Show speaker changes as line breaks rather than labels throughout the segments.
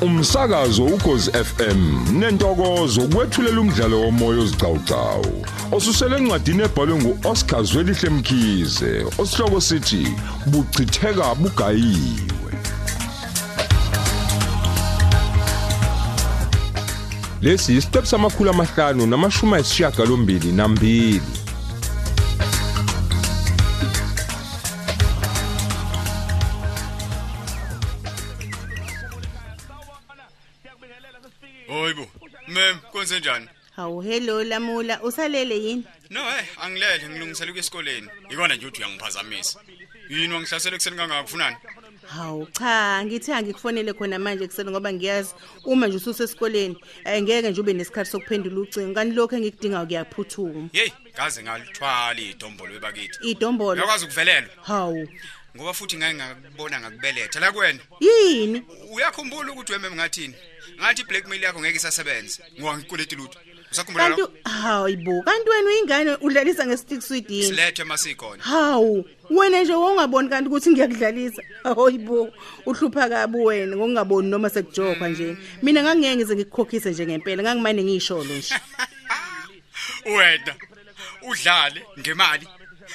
umsakazo ukhozi FM nentokozo kwethulela umdlalo womoya ozicawucawu osusele encwadini ebhalwe ngu-Oscar Zwelihle Mkhize osihloko sithi buchitheka bugayiwe lesi yisiqebu samakhulu amahlanu namashumi ayisishiyagalombili nambili
Hoyibo. Mem, kwenze njani?
hawu hello lamula usalele yini
No hey, angilele ngilungisela ukuya esikoleni. Ikona nje uthi uyangiphazamisa. Yini wangihlasela ekseni kangaka kufunani?
hawu cha ngithi angikufonele khona manje ekuseni ngoba ngiyazi uma nje ususesikoleni um ngeke nje ube nesikhathi sokuphendula ucingo kanti lokhu engikudingayo kuyaphuthuma
Hey, kaze ngalithwala idombolo ebakithi.
idombolo
Uyakwazi ukuvelela
hawu
ngoba futhi ngeke ngakubona ngakubeletha la kwena.
yini
Uyakhumbula ukuthi wemem ngathini? Ngathi blackmail yakho ngeke isasebenze. Ngoba ngikuleti lutho. Usakhumbula
kanti
lokho?
hawu bo kanti wena uyingane udlalisa nge-stick sweet yini
Silethe masikhona.
hawu wena nje wawungaboni kanti ukuthi ngiyakudlalisa hayi bo uhlupha kabi wena ngokungaboni noma sekujokhwa nje mina ngangingeke ngize ngikukhokhise nje ngempela ngangimane ngiyisholo nje
Wena udlale ngemali.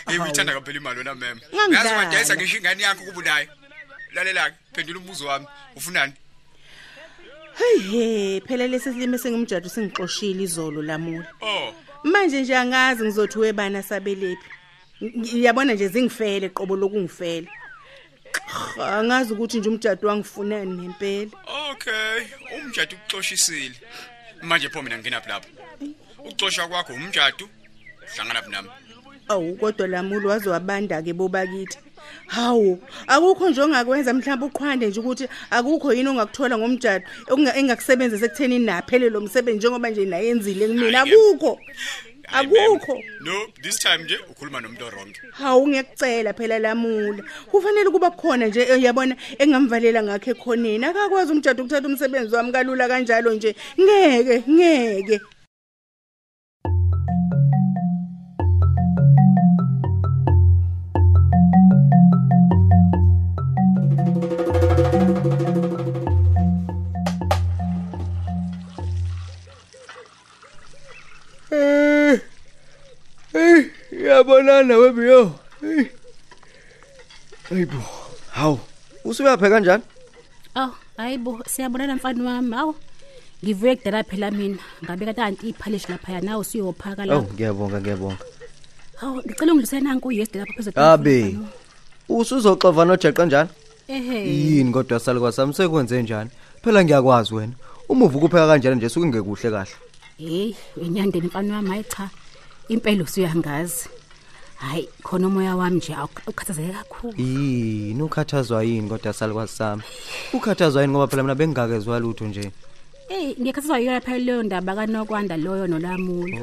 Hey
Hawu.
uyithanda kaphela imali wena mem.
Ngangidlala.
ungadayisa ngisho ingane yakho kubunayo. Lalelaka, phendula umbuzo wami. Ufunani?
heyihe phela lesi silimi esingumjadu singixoshile izolo lamula
Oh,
manje nje angazi ngizothi webani sabelephi yabona nje zingifele qobo lokungifela angazi ukuthi nje umjadu wangifunani nempela
okay. Umjadu ukuxoshisile. Manje pho mina nginaphi lapho? Uxoshwa kwakho umjadu. Hlangana nami.
awu kodwa lamula waze wabanda-ke bobakithi hawu akukho nje ongakwenza mhlawumbe uqhwande nje ukuthi akukho yini ongakuthola ngomjado onga- engakusebenzisa ekuthenini naphele lo msebenzi njengoba nje nayenzile kumina
Hhayi, yebo.
akukho
Hayi, mem.
akukho
No, this time nje ukhuluma nomuntu wrong.
hawu ngiyakucela phela lamula kufanele ukuba khona nje eh, yabona engamvalela ngakho ekhoneni akakwazi umjado ukuthatha umsebenzi wami kalula kanjalo nje ngeke ngeke
Hey, yabonana webiyo. Hayibo. Hawu, usuyaphe kanjani?
awu hayi bo siyabonana mfani wami awu ngivuye kudala phela mina ngabe kade anti iphalishi laphaya nawe usuyophaka
Awu,
la
ngiyabonga, ngiyabonga.
awu ngicela ungidlulisele nanku uyesi lapho phezulu
Abe. Usuzoxova nojeqa njani?
ehe
Yini kodwa saluka sami sekwenze njani? Phela ngiyakwazi wena. Uma uvukupheka kanjani nje sukungekuhle kahle.
hey uyinyandeni mfani wami hayi cha impela usuyangazi hayi khona umoya wami nje awuk- ukhathazeke kakhulu
Yini ukhathazwa yini kodwa saluka sami? Ukhathazwa yini ngoba phela mina bengingakezwa lutho nje.
eyi ngiyakhathazwa yiyo laphela leyo ndaba kanokwanda loyo nolamula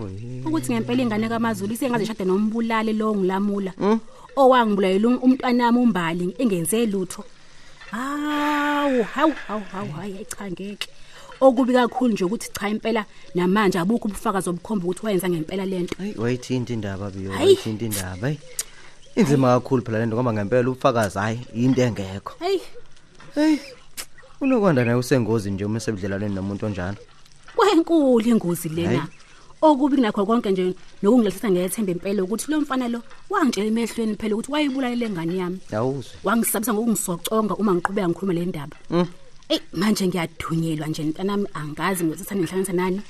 ukuthi ngempela ingane kamazulu isengaze ishade nombulali lowo ngilamula owangibulayela um- umntwanami umbali engenze lutho hawu hawu hawu hawu hayi hayi, cha ngeke okubi kakhulu nje ukuthi cha impela namanje abukho ubufakazi obukhomba ukuthi wayenza ngempela le nto
Hayi, wayithinta indaba biyo,
Hayi.
wayithinta indaba. Hayi. Inzima kakhulu phela lento ngoba ngempela ubufakazi hayi into engekho.
heyi
Hey. Unokwanda naye usengozi nje uma sebudlelaleni nomuntu onjalo.
kwenkulu ingozi lena
Hayi.
okubi kunakho konke nje nokungilahlisa ngethemba impela ukuthi lo mfana lo wangitshela emehlweni phela ukuthi wayebulalela engane yami
Yawuzwe.
wangisabisa ngokungisoconga uma ngiqhubeka ngikhuluma le ndaba eyi manje ngiyadunyelwa nje ntanami angazi ngizithanda ngihlanganisa nani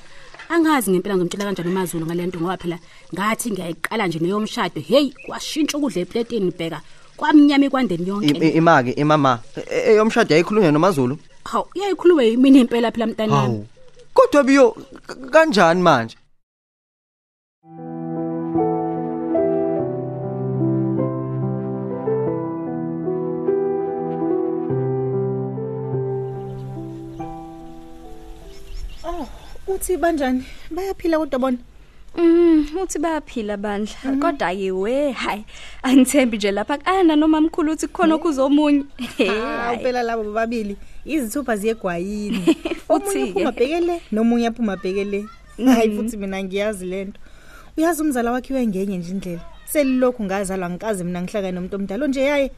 angazi ngempela ngizomtshela kanjani umazulu ngale nto ngoba phela ngathi ngiyayiqala nje neyomshado heyi kwashintsha ukudla epleteni bheka kwamnyama kwandeni yonke
Imake imama E, eyomshado yayikhulunywa noMazulu.
hawu iyayikhuluwe yimina impela phela mntanami
Kodwa biyo k- kanjani manje?
uthi banjani bayaphila kodwa bona
Mm, uthi bayaphila bandla
Mm.
kodwa yiwe hayi angithembi nje lapha kana noma mkhulu uthi kukhona
Mm.
okuzomunye
hawu
Hhayi,
phela labo bobabili izithupha ziyegwayini omunye
Uthi-ke.
aphuma bhekele nomunye aphuma bhekele hayi futhi mina ngiyazi le nto uyazi umzala wakhiwe ngenye nje indlela selilokhu ngazalwa ngikaze mina ngihlakane nomuntu omdala nje yaye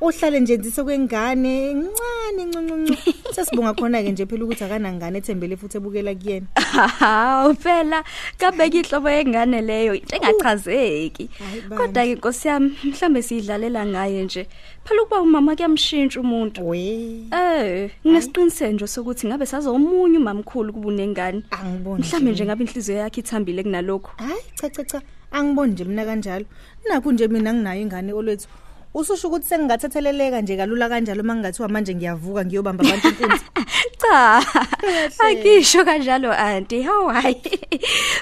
uhlale nje ndise kwengane ncane ncuncuncu sesibonga khona-ke nje phela ukuthi akanangane ethembele futhi ebukela kuyena
hawu phela kabeka ihlobo yengane leyo into engachazeki
Hayi bandla.
kodwa-ke nkosi yami mhlawumbe siyidlalela ngaye nje phela ukuba umama kuyamshintsha umuntu
we
Eh, nginesiqiniseko nje sokuthi ngabe sazomunye umamkhulu kubunengane.
Angiboni nje.
Mhlambe nje ngabe inhliziyo yakhe ithambile kunalokho.
hayi cha cha cha angiboni nje mina kanjalo nakho nje mina nginayo ingane olwethu ususho ukuthi sengingathetheleleka nje kalula kanjalo uma ngingathiwa manje ngiyavuka ngiyobamba abantu inkunzi
Cha. Akisho kanjalo aunty. How hayi.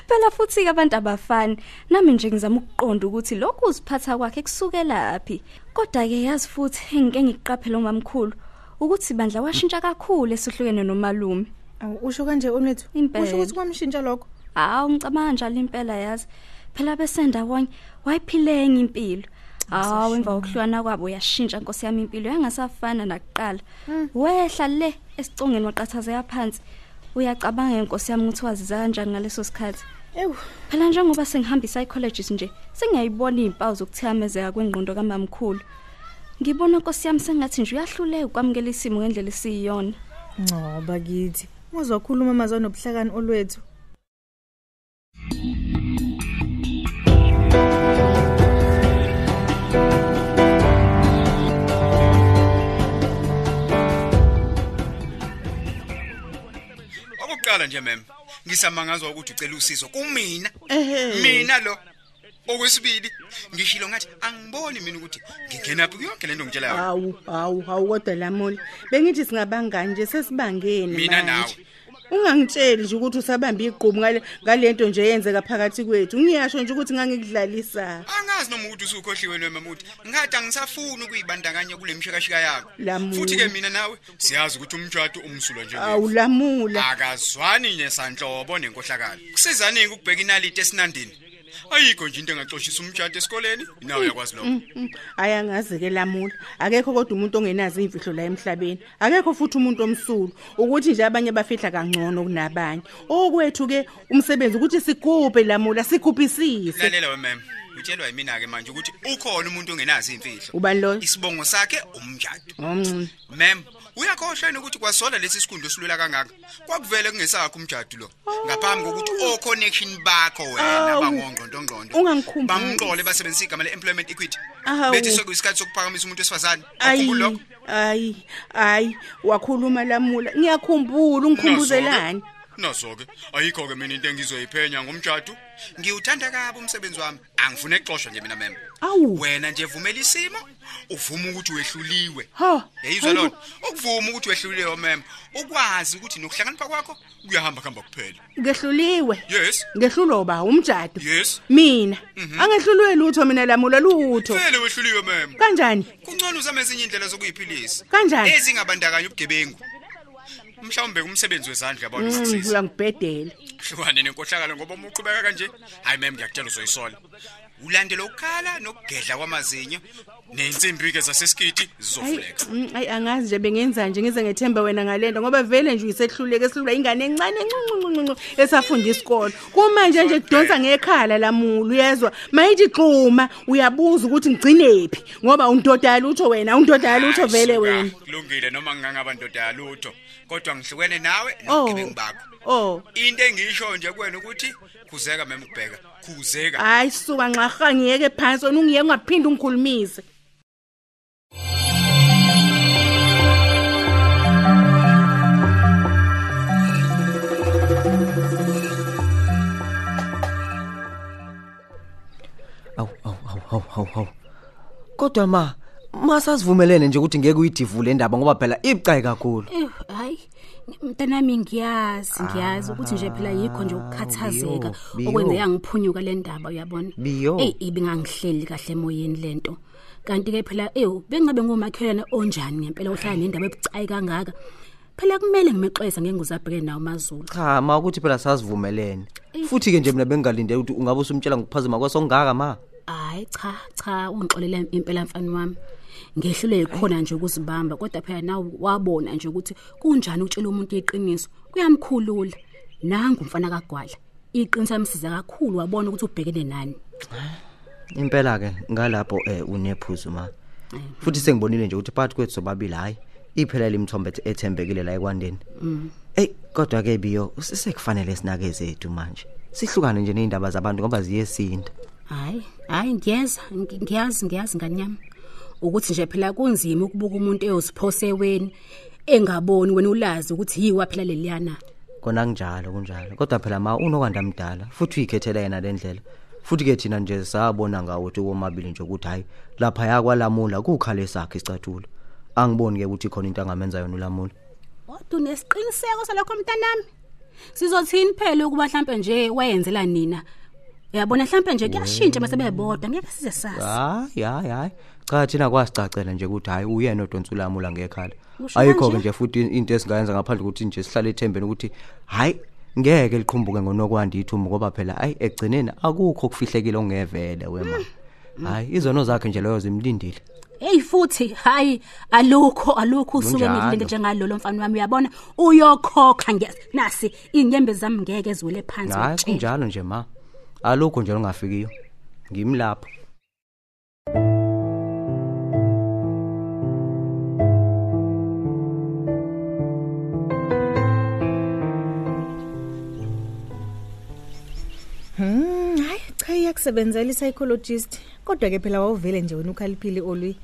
Phela futhi ke abantu abafani nami nje ngizama ukuqonda ukuthi lokhu uziphatha kwakhe kusukela phi. Kodwa ke yazi futhi engike ngiqaphela umamkhulu ukuthi bandla washintsha kakhulu esuhlukene nomalume.
Awu, usho kanje olwethu
Impela.
usho ukuthi kwamshintsha lokho
Hawu ngicabanga njalo impela yazi. Phela besendawonye wayiphilenge impilo. Hawu emva kokuhlukana kwabo uyashintsha nkosi yami impilo yangasafana nakuqala. Wehla le esicongeni waqathazeka phansi. Uyacabanga nkosi yami ukuthi waziza kanjani ngaleso sikhathi.
ewu
Phela njengoba sengihamba psychologist nje, sengiyayibona izimpawu zokuthikamezeka kwengqondo kamamkhulu. Ngibona nkosi yami sengathi nje uyahluleka ukwamukela isimo ngendlela esiyiyona.
ncoba kithi uzokhuluma amazwi anobuhlakani olwethu
Okokuqala nje mem, ngisamangazwa ukuthi ucela usizo kumina. Mina lo. Okwesibili, ngishilo ngathi angiboni mina ukuthi ngingena phi yonke lento ngitshela yona.
hawu hawu hawu kodwa lamuli bengithi singabangani nje sesibangeni
Mina
manje. ungangitsheli nje ukuthi usabambe igqubu ngale- ngale nto nje yenzeka phakathi kwethu ngiyasho nje ukuthi ngangikudlalisa
Angazi noma ukuthi usukhohliwe noma mamuthi. Ngathi angisafuni ukuyibandakanya kule mshikashika yakho.
Lamula.
Futhi ke mina nawe siyazi ukuthi umjwato umsulwa nje. wethu.
awulamula
Akazwani nesanhlobo nenkohlakalo. Kusizani ukubheka inalite esinandini. Ayikho nje into engaxoshisa umjwato esikoleni, nawe yakwazi lokho.
ayangazi-ke lamula akekho kodwa umuntu ongenazo iy'mfihlo la emhlabeni akekho futhi umuntu omsulu ukuthi nje abanye bafihla kangcono kunabanye okwethu-ke umsebenzi ukuthi sigubhe lamula sikhuphisise
Lalela wemem. Utshelwa yimina ke manje ukuthi ukhona umuntu ongenazi imfihlo.
ubani loyo
Isibongo sakhe umjwato.
omncini
Mem, uyakhohlwa yini ukuthi kwasola lesi sikhundo silwela kangaka? Kwakuvele kungesakho umjadu lo. Ngaphambi kokuthi o connection bakho wena
Awu.
bangongqondo ngqondo.
Ungangikhumbuli.
Bamqole basebenzisa igama le employment equity.
Awu.
Bethi sokuyisikhathi sokuphakamisa umuntu wesifazane.
ayi
Ukukho lokho.
ayi ayi wakhuluma lamula ngiyakhumbula ungikhumbuzelani
naso-ke ayikho-ke mina into engizoyiphenya ngomjadu ngiwuthanda kabi umsebenzi wami angifune kuxoshwa nje mina mema
Awu.
wena nje vumela isimo uvume ukuthi wehluliwe
Ha,
yayizwa
hayibo.
lona ukuvuma ukuthi wehluliwe mema ukwazi ukuthi nokuhlakanipha kwakho kuyahamba kuhamba kuphela
ngehluliwe
yes
ngehlulwa ba umjado
Yes.
mina angehlulwe lutho mina lamula lutho
vele wehluliwe mema
kanjani
kungcono uzame ezinye iy'ndlela zokuyiphilisa
Kanjani?
ezingabandakanyi ubugebengu mhlawumbe umsebenzi wezandla yabona
Mm,
usasisa
uyangibhedela
hlukane nenkohlakalo ngoba uma uqhubeka kanje hayi mem ngiyakutshela uzoyisola ulandele ukukhala nokugedla kwamazinyo nensimbi-ke zasesikiti
Hayi,
zizoflexa
mm, hayi angazi nje bengenza nje ngize ngethemba wena ngale nto ngoba vele nje uyisehluleka esilula ingane encane encuncuncuncuncu esafunda isikolo kumanje nje kudonsa ngekhala lamula uyezwa mayithi xuma uyabuza ukuthi ngigcinephi ngoba undoda yalutho wena undoda yalutho vele wena
kulungile noma ngingangaba ndoda yalutho kodwa ngihlukene nawe
Oh.
nobugebengu bakho
Oh.
into engiyisho nje kuwena ukuthi khuzeka mem kubheka khuzeka
hayi suka nxarha ngiyeke phansi wena ungiye ungaphinde ungikhulumise
awu awu awu awu awu awu kodwa ma masasivumelene nje ukuthi ngeke uyidivule indaba ngoba phela ibucayi kakhulu
Eh, hayi mntanami ngiyazi ngiyazi ukuthi nje phela yikho nje ukukhathazeka
biyo, biyo.
okwenze yangiphunyuka le ndaba uyabona
Biyo.
eyi ibingangihleli kahle emoyeni le nto kanti-ke phela ewu bengabe ngumakhelwane onjani ngempela ohlala nendaba ebucayi kangaka phela kumele ngimexwayisa ngengozi abhekene nawo mazulu
cha ma ukuthi phela sasivumelene futhi-ke nje mina bengingalindela ukuthi ungabe usumtshela ngokuphazima kwasokungaka ma
hayi cha cha ungixolela impela mfani wami ngehlule khona nje ukuzibamba kodwa phela nawe wabona nje ukuthi kunjani ukutshela umuntu iqiniso kuyamkhulula nangu umfana kagwadla iqiniso amsiza kakhulu wabona ukuthi ubhekene nani
impela-ke ngalapho um eh, unephuzu ma futhi sengibonile nje ukuthi phakathi kwethu sobabili hhayi iphela limthombe ethe- ethembekile la ekwandeni eyi kodwa-ke biyo sisekufanele sinake zethu manje sihlukane nje ney'ndaba zabantu ngoba ziyesinda
hayi hayi ngiyeza ngi- ngiyazi ngiyazi ngani yami ukuthi nje phela kunzima ukubuka umuntu eyosiphose weni engaboni wena ulazi ukuthi yiwa phela leliyana
kona kunjalo kunjalo kodwa phela ma unokwanda mdala futhi uyikhethela yena le ndlela futhi-ke thina nje sabona ngawo ukuthi komabili nje ukuthi hhayi laphaya kwalamula kuwukhale sakhe isicathulo angiboni-ke ukuthi khona into angamenza yona ulamula
kodwa unesiqiniseko salokho mntanami sizothini phela ukuba hlampe nje wayenzela nina uyabona hlampe nje kuyashintsha basebebodwa ngeke size sazi
hayi hayi hayi cha thina kwasicacela nje ukuthi hhayi uyena odonsulamula ngekhala
Usho
ayikho-ke
kanje?
nje futhi into esingayenza ngaphandle kokuthi nje sihlale ethembeni ukuthi hhayi ngeke liqhumbuke ngonokwanda ithumbu ngoba phela ayi ekugcineni akukho kufihlekile ongevele wema hhayi izono zakhe nje loyo zimlindile
eyi futhi hhayi alukho alukho usuke
Kunjalo.
ngilinde njengalolo mfana wami uyabona uyokhokha ngiya- nasi iy'nyembe zami ngeke ziwele phansi
hayi
ngikutshela.
kunjalo nje ma alukho nje olungafikiyo ngimlapho
Hmm, hayi cha iyakusebenzela i-psychologist kodwa-ke phela wawuvele nje wena ukhaliphile olwi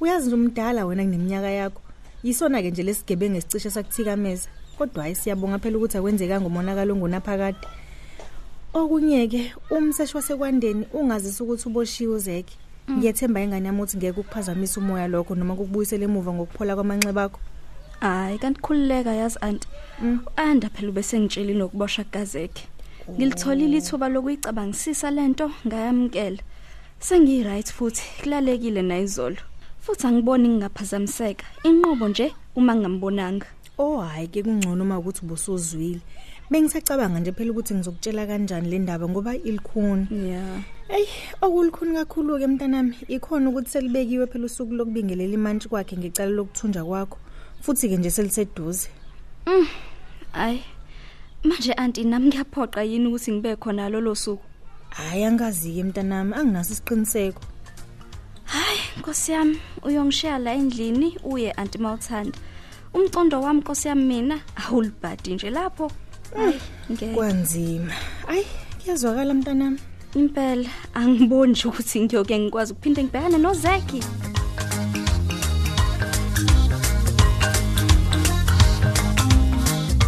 uyazi nje umdala wena kuneminyaka yakho yisona-ke nje lesi gebengu esicishe sakuthikameza kodwa hhayi siyabonga phela ukuthi akwenzekanga umonakalo ongunaphakade okunye-ke umseshi wasekwandeni ungazisa ukuthi uboshiwe uzeke ngiyethemba ingane yami ukuthi ngeke ukuphazamisa umoya lokho noma kukubuyisela emuva ngokuphola kwamanxeba akho
hayi kanti khululeka yazi anti u-anda phela ubesengitshelile nokuboshwa kukazekhe ngilitholile ithuba lokuyicabangisisa le nto ngayamukela sengiyi-right futhi kulalekile na izolo futhi angiboni ngingaphazamiseka inqobo nje uma ngingambonanga
oh hhayi-ke kungcono uma ukuthi ubusuzwile bengisacabanga nje phela ukuthi ngizokutshela kanjani le ndaba ngoba ilikhuni
ya
eyi okulukhuni kakhulu-ke mntanami ikhona ukuthi selibekiwe phela usuku lokubingelela imantshi kwakhe ngecala lokuthunja kwakho futhi-ke nje seliseduze
hhayi manje anti nami ngiyaphoqa yini ukuthi ngibe khona lolo suku
hhayi angazi-ke mntanami anginaso isiqiniseko
hayi nkosi yami uyongishiya la endlini uye anti mawuthanda umcondo wami nkosi yami mina awulibhadi nje lapho hayi ngeke
kwanzima ayi kuyazwakala mntanami
impela angiboni nje ukuthi ngiyoke ngikwazi ukuphinde ngibhekane nozeki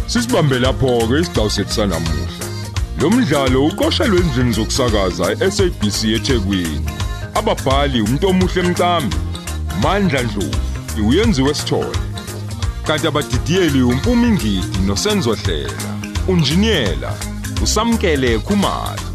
Sisibambe lapho ke isigcawu sethu sanamuhla. Lo mdlalo uqoshelwe endlini zokusakaza eSABC eThekwini. Ababhali umuntu omuhle mcambi, Mandla Dlovu, uyenziwe sithole. Kanti abadidiyeli uMpumi Ngidi noSenzo Hlela, unjiniyela uSamkele Khumalo.